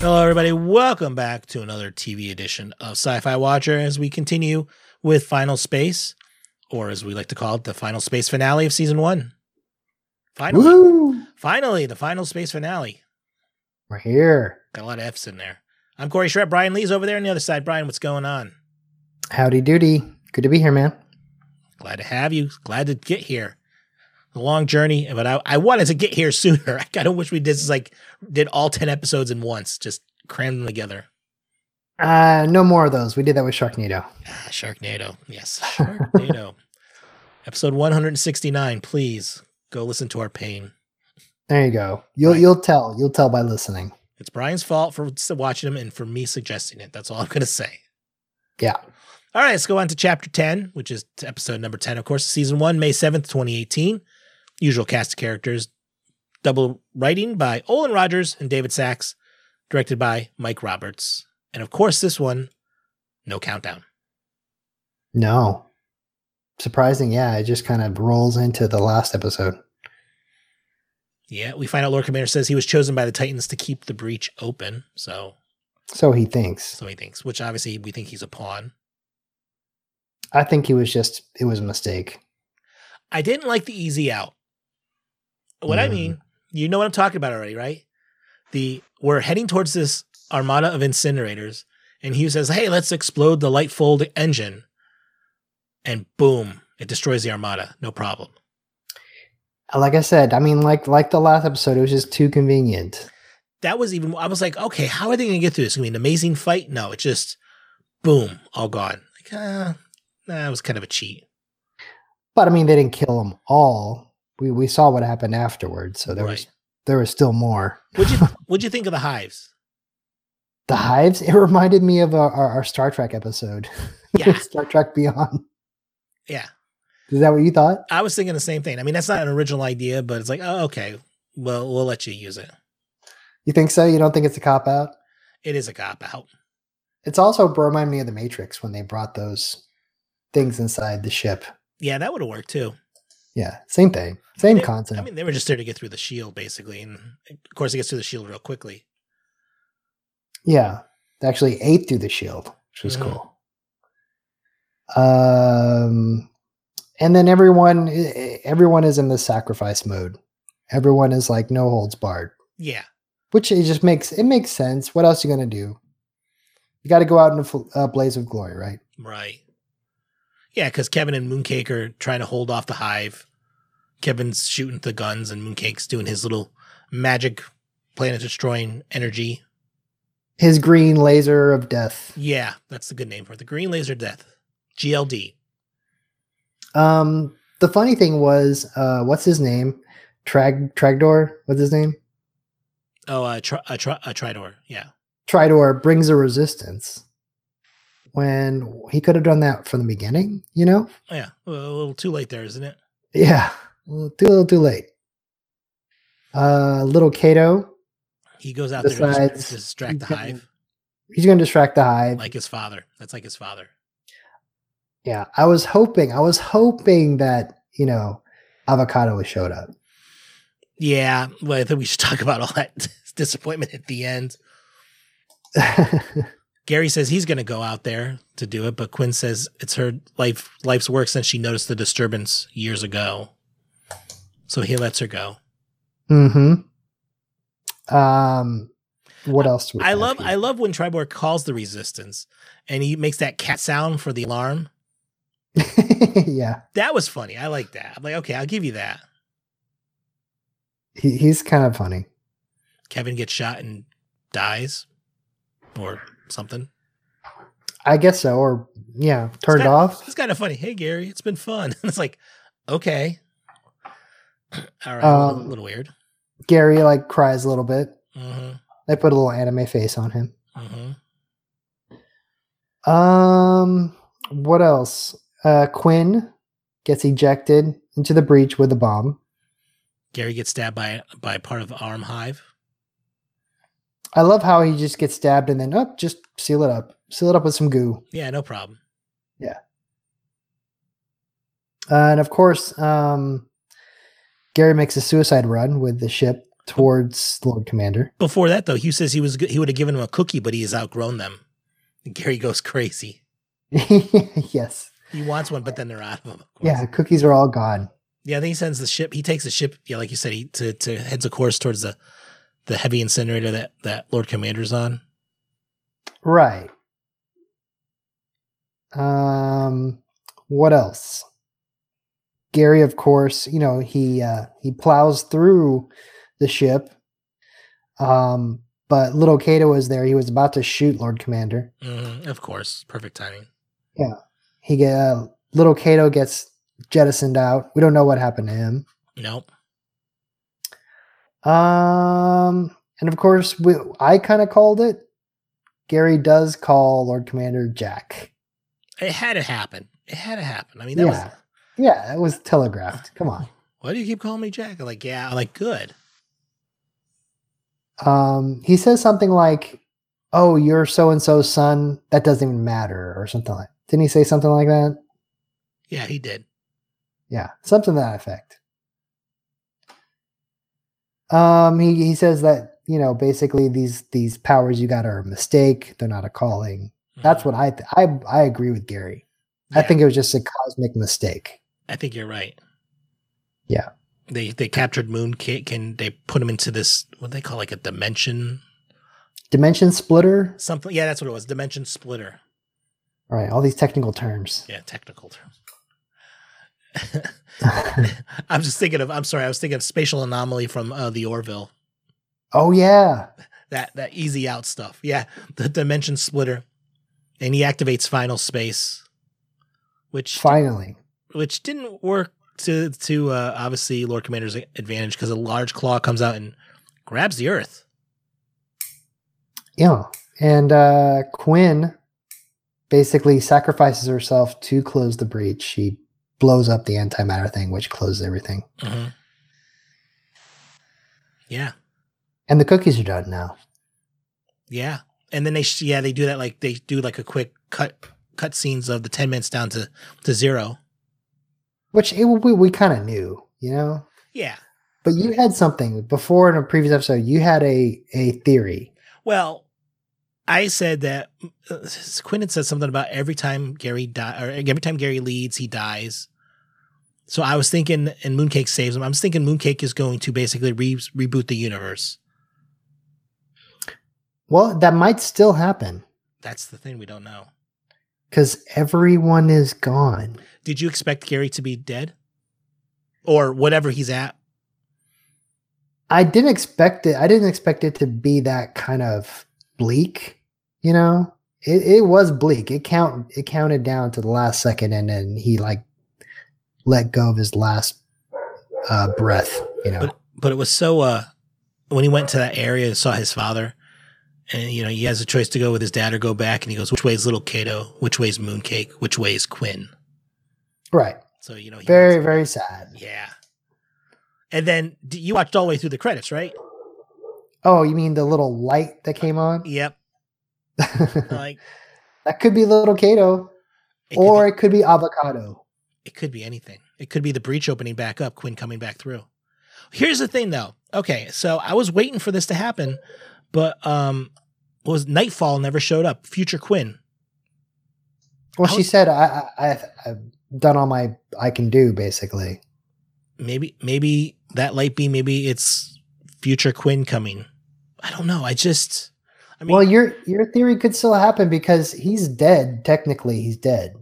Hello, everybody. Welcome back to another TV edition of Sci Fi Watcher as we continue with Final Space, or as we like to call it, the Final Space finale of season one. Finally, Woo! finally, the Final Space finale. We're here. Got a lot of F's in there. I'm Corey Shrep. Brian Lee's over there on the other side. Brian, what's going on? Howdy doody. Good to be here, man. Glad to have you. Glad to get here. A long journey, but I, I wanted to get here sooner. I kind of wish we did this, like did all ten episodes in once, just crammed them together. Uh, no more of those. We did that with Sharknado. Ah, Sharknado. Yes, Sharknado. Episode 169. Please go listen to our pain. There you go. You'll Right. you'll tell. You'll tell by listening. It's Brian's fault for s- watching them and for me suggesting it. That's all I'm going to say. Yeah. All right, let's go on to chapter 10, which is t- episode number 10, of course, season one, May 7th, 2018. Usual cast of characters. Double writing by Olin Rogers and David Sachs, directed by Mike Roberts. And of course, this one, no countdown. No. Surprising, yeah. It just kind of rolls into the last episode. Yeah, we find out Lord Commander says he was chosen by the Titans to keep the breach open. So, So he thinks. so he thinks, which obviously we think he's a pawn. I think he was just it was a mistake. I didn't like the easy out. What I Mm. mean, you know what I'm talking about already, right? The we're heading towards this armada of incinerators, and Hugh says, "Hey, let's explode the Lightfold engine," and boom, it destroys the armada. No problem. Like I said, I mean, like like the last episode, it was just too convenient. That was even. I was like, okay, how are they going to get through this? It's going to be an amazing fight. No, it's just boom, all gone. Like, uh, that was kind of a cheat. But I mean, they didn't kill them all. We we saw what happened afterwards, so there was Right. there was still more. Would you Would you think of the hives? The hives. It reminded me of our, our, our Star Trek episode, Yeah. Star Trek Beyond. Yeah. Is that what you thought? I was thinking the same thing. I mean, that's not an original idea, but it's like, oh, okay, well, we'll let you use it. You think so? You don't think it's a cop out? It is a cop out. It's also reminded me of the Matrix when they brought those things inside the ship. Yeah, that would have worked too. Yeah, same thing, same They- concept. I mean, they were just there to get through the shield, basically, and of course, it gets through the shield real quickly. yeah, they actually ate through the shield, which was Mhm. cool. Um, and then everyone, e- e- everyone is in the sacrifice mode. Everyone is like no holds barred, Yeah, which it just makes it makes sense. What else you gonna do? You got to go out in a fl- uh, blaze of glory, right? right. Yeah, because Kevin and Mooncake are trying to hold off the hive. Kevin's shooting the guns, and Mooncake's doing his little magic planet destroying energy. His green laser of death. Yeah, that's the good name for it. The Green Laser Death, GLD. Um, the funny thing was, uh, what's his name? Trag Tragdor. What's his name? Oh, a, tri- a, tri- a Tridor. Yeah. Tridor brings a resistance. When he could have done that from the beginning, you know? Yeah, well, a little too late there, isn't it? Yeah, well, too little, too late. Uh, little Kato. He goes out there to dis- Besides, to distract the he's got- hive He's going to distract the hive. like his father. That's like his father. yeah, I was hoping, I was hoping that you know, Avocado showed up. Yeah, well, I think we should talk about all that disappointment at the end. Gary says he's going to go out there to do it, but Quinn says it's her life life's work since she noticed the disturbance years ago. So he lets her go. mm-hmm. Um, what else? do we I have love here? I love when Tribor calls the resistance and he makes that cat sound for the alarm. yeah. That was funny. I like that. I'm like, okay, I'll give you that. He, he's kind of funny. Kevin gets shot and dies or something. I guess so. Or yeah, turned kinda- off. It's kind of funny. Hey, Gary, it's been fun. it's like, okay. All right. a little- Um, little weird. Gary like cries a little bit. Mm They put a little anime face on him. hmm. Mm-hmm. Um, what else? Uh, Quinn gets ejected into the breach with a bomb. Gary gets stabbed by by part of arm hive. I love how he just gets stabbed and then up, just seal it up, seal it up with some goo. Yeah, no problem. Uh, and of course, um, Gary makes a suicide run with the ship towards Lord Commander. Before that, though, Hugh says he was g- he would have given him a cookie, but he has outgrown them. And Gary goes crazy. yes. He wants one, but then they're out of them. Of course. Yeah, cookies are all gone. Yeah, then he sends the ship. He takes the ship. Yeah, like you said, he to, to heads a course towards the the heavy incinerator that that Lord Commander's on. Right. Um what else? Gary, of course, you know, he uh he plows through the ship. Um, but little Cato was there. He was about to shoot Lord Commander. hmm of course, perfect timing. He get uh, little Cato gets jettisoned out. We don't know what happened to him. Nope. Um, and of course, we, I kind of called it. Gary does call Lord Commander Jack. It had to happen. It had to happen. I mean, that yeah, yeah, that was telegraphed. Come on. was. Why do you keep calling me Jack? I'm like, yeah. I'm like, good. Um, he says something like, "Oh, you're so and so's son. That doesn't even matter," or something like. Didn't he say something like that? Yeah, he did. Yeah, something to that effect. Um, he, he says that you know basically these these powers you got are a mistake. They're not a calling. That's what I th- I I agree with Gary. I Yeah, think it was just a cosmic mistake. Mm-hmm. I think you're right. Yeah. They they captured Moon Kit. Can they put him into this? What do they call like a dimension? Dimension splitter. Something. Yeah, that's what it was. Dimension splitter. All right, all these technical terms. Yeah, technical term. I'm just thinking of. I'm sorry. I was thinking of spatial anomaly from uh, the Orville. oh yeah, That that easy out stuff. Yeah, the dimension splitter, and he activates final space, which finally. which didn't work to to uh, obviously Lord Commander's advantage because a large claw comes out and grabs the Earth. Yeah, and uh, Quinn basically sacrifices herself to close the breach. She blows up the antimatter thing, which closes everything. Yeah, And the cookies are done now. yeah, and then they sh- yeah they do that like they do like a quick cut cut scenes of the ten minutes down to to zero. which it, we, we kind of knew, you know. Yeah, But you had something before in a previous episode. You had a a theory. Well, I said that uh, Quinn had said something about every time Gary die or every time Gary leads, he dies. So I was thinking, and Mooncake saves him. I was thinking Mooncake is going to basically re- reboot the universe. Well, that might still happen That's the thing we don't know. because everyone is gone. Did you expect Gary to be dead, or whatever he's at? I didn't expect it. I didn't expect it to be that kind of bleak. You know, it, it was bleak. It count it counted down to the last second, and then he like let go of his last uh, breath. You know, But but it was so uh when he went to that area and saw his father, and you know he has a choice to go with his dad or go back, and he goes, which way is little Kato? Which way is Mooncake? Which way is Quinn? right? So you know, he Very wants- very sad. yeah. And then d- you watched all the way through the credits, right? Oh, you mean the little light that came on? Yep. Like That could be little Cato, it or could it could be avocado. be, it could be anything. It could be the breach opening back up, Quinn coming back through. Here's the thing, though. Okay, so I was waiting for this to happen, but um, what was Nightfall never showed up. Future Quinn. Well, How- she said, I, I, I've, I've done all my I can do, basically. Maybe maybe that light beam. Maybe it's future Quinn coming. I don't know. I just. I mean, well, your your theory could still happen because he's dead. Technically, he's dead,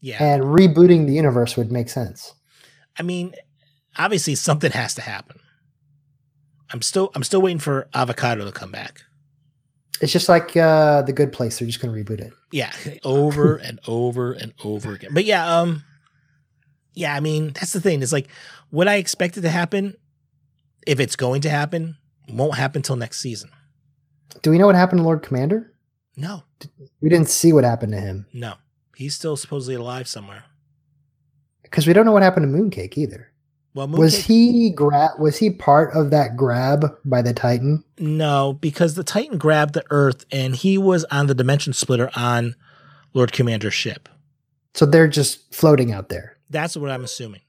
yeah. and rebooting the universe would make sense. I mean, obviously something has to happen. I'm still I'm still waiting for Avocado to come back. It's just like uh, the Good Place; they're just going to reboot it. Yeah, over and over and over again. But yeah, um yeah, I mean, that's the thing. It's like what I expected to happen if it's going to happen won't happen till next season. Do we know what happened to Lord Commander? No. We didn't see what happened to him No. He's still supposedly alive somewhere. because we don't know what happened to Mooncake either. Well, Was Mooncake- he gra- Was he part of that grab by the Titan? No, because the Titan grabbed the Earth and he was on the dimension splitter on Lord Commander's ship. So they're just floating out there. That's what I'm assuming.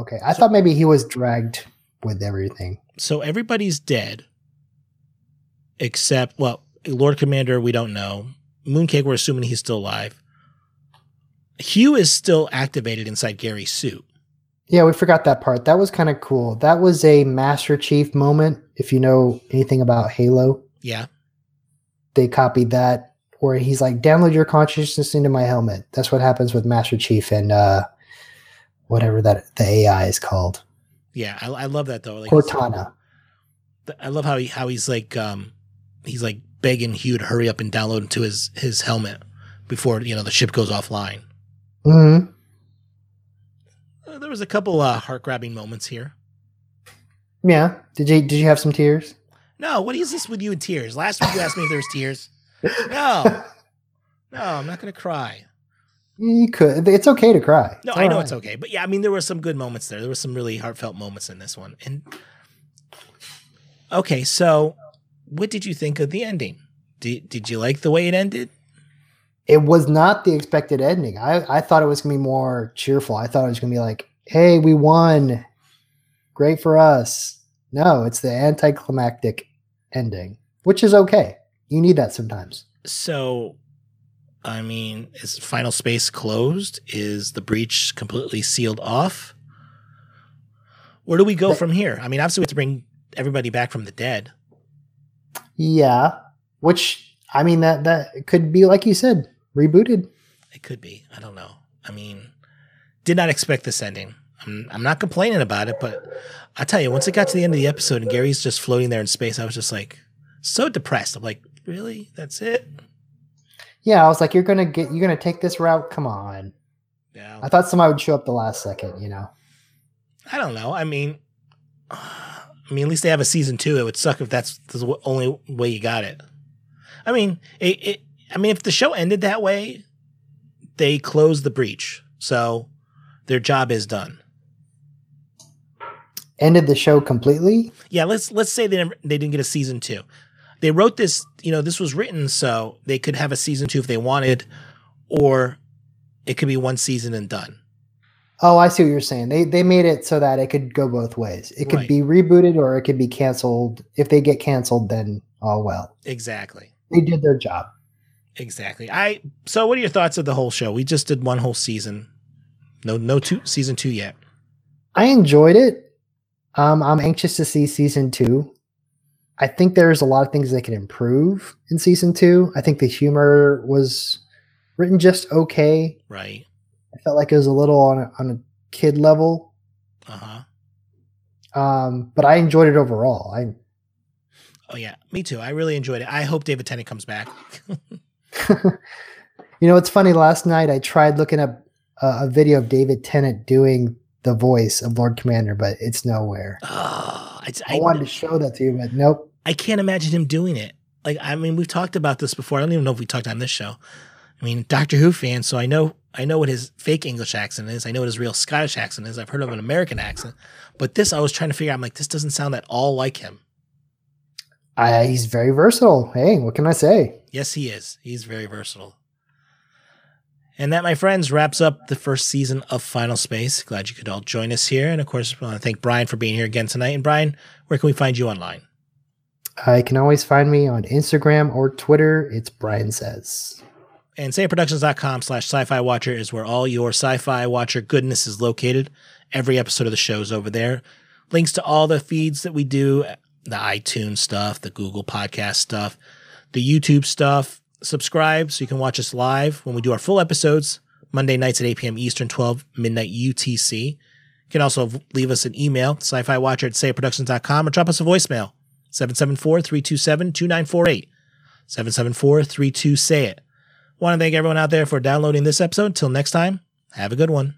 Okay, I thought maybe he was dragged with everything. So everybody's dead, except well, Lord Commander. We don't know. Mooncake. We're assuming he's still alive. Hugh is still activated inside Gary's suit. Yeah, we forgot that part. That was kind of cool. That was a Master Chief moment. If you know anything about Halo, Yeah, they copied that where he's like, download your consciousness into my helmet. That's what happens with Master Chief and uh, whatever that the AI is called. yeah. I, I love that though. Like, Cortana. th- I love how he how he's like um he's like begging Hugh to hurry up and download into his his helmet before you know the ship goes offline. hmm Uh, there was a couple uh, heart grabbing moments here. Yeah. Did you did you have some tears? No, what is this with you and tears? Last week you asked me if there was tears. No, no, I'm not gonna cry. You could. It's okay to cry. No, I know alright. it's okay, but yeah, I mean there were some good moments there. There were some really heartfelt moments in this one. And okay, so what did you think of the ending? Did did you like the way it ended? It was not the expected ending. I I thought it was gonna be more cheerful. I thought it was gonna be like, hey, we won, great for us. No, it's the anticlimactic ending, which is okay. You need that sometimes. So, I mean, is final space closed? Is the breach completely sealed off? Where do we go But- from here? I mean, obviously, we have to bring everybody back from the dead. Yeah, which I mean that that could be like you said, rebooted. It could be. I don't know. I mean, did not expect this ending. I'm, I'm not complaining about it, but I tell you, once it got to the end of the episode and Gary's just floating there in space, I was just like so depressed. I'm like, really? That's it? Yeah, I was like, you're gonna get, you're gonna take this route. Come on. Yeah. I thought somebody would show up the last second. You know. I don't know. I mean, I mean, at least they have a season two. It would suck if that's the only way you got it. I mean, it, it. I mean, if the show ended that way, they close the breach, so their job is done. ended the show completely. Yeah, let's let's say they never, they didn't get a season two. They wrote this. You know, this was written so they could have a season two if they wanted, or it could be one season and done. Oh, I see what you're saying. They they made it so that it could go both ways. It could Right. be rebooted or it could be canceled. If they get canceled, then all well. Exactly. They did their job. Exactly. I so what are your thoughts of the whole show? We just did one whole season. No no two season 2 yet. I enjoyed it. Um, I'm anxious to see season two. I think there's a lot of things they can improve in season two. I think the humor was written just okay. Right. I felt like it was a little on a, on a kid level, Uh-huh. um, but I enjoyed it overall. I Oh yeah, me too. I really enjoyed it. I hope David Tennant comes back. You know, it's funny. Last night I tried looking up uh, a video of David Tennant doing the voice of Lord Commander, but it's nowhere. oh, I, I, wanted to show that to you, but nope. I can't imagine him doing it. Like I mean, we've talked about this before. I don't even know if we talked on this show. I mean, Doctor Who fan, so I know I know what his fake English accent is. I know what his real Scottish accent is. I've heard of an American accent, but this I was trying to figure out. I'm like, this doesn't sound at all like him. I, he's very versatile. Hey, what can I say? Yes, he is. He's very versatile. And that, my friends, wraps up the first season of Final Space. Glad you could all join us here. And of course, we want to thank Brian for being here again tonight. And Brian, where can we find you online? I Uh, can always find me on Instagram or Twitter. It's Brian Says. And sayproductions.com slash sci-fi watcher is where all your sci-fi watcher goodness is located. Every episode of the show is over there. Links to all the feeds that we do, the iTunes stuff, the Google Podcast stuff, the YouTube stuff. Subscribe so you can watch us live when we do our full episodes, Monday nights at 8 p.m. Eastern, 12 midnight UTC. You can also v- leave us an email, sci-fi watcher at sayproductions.com, or drop us a voicemail, 774-327-2948. 774-32-SAY-IT. Want to thank everyone out there for downloading this episode. Until next time, have a good one.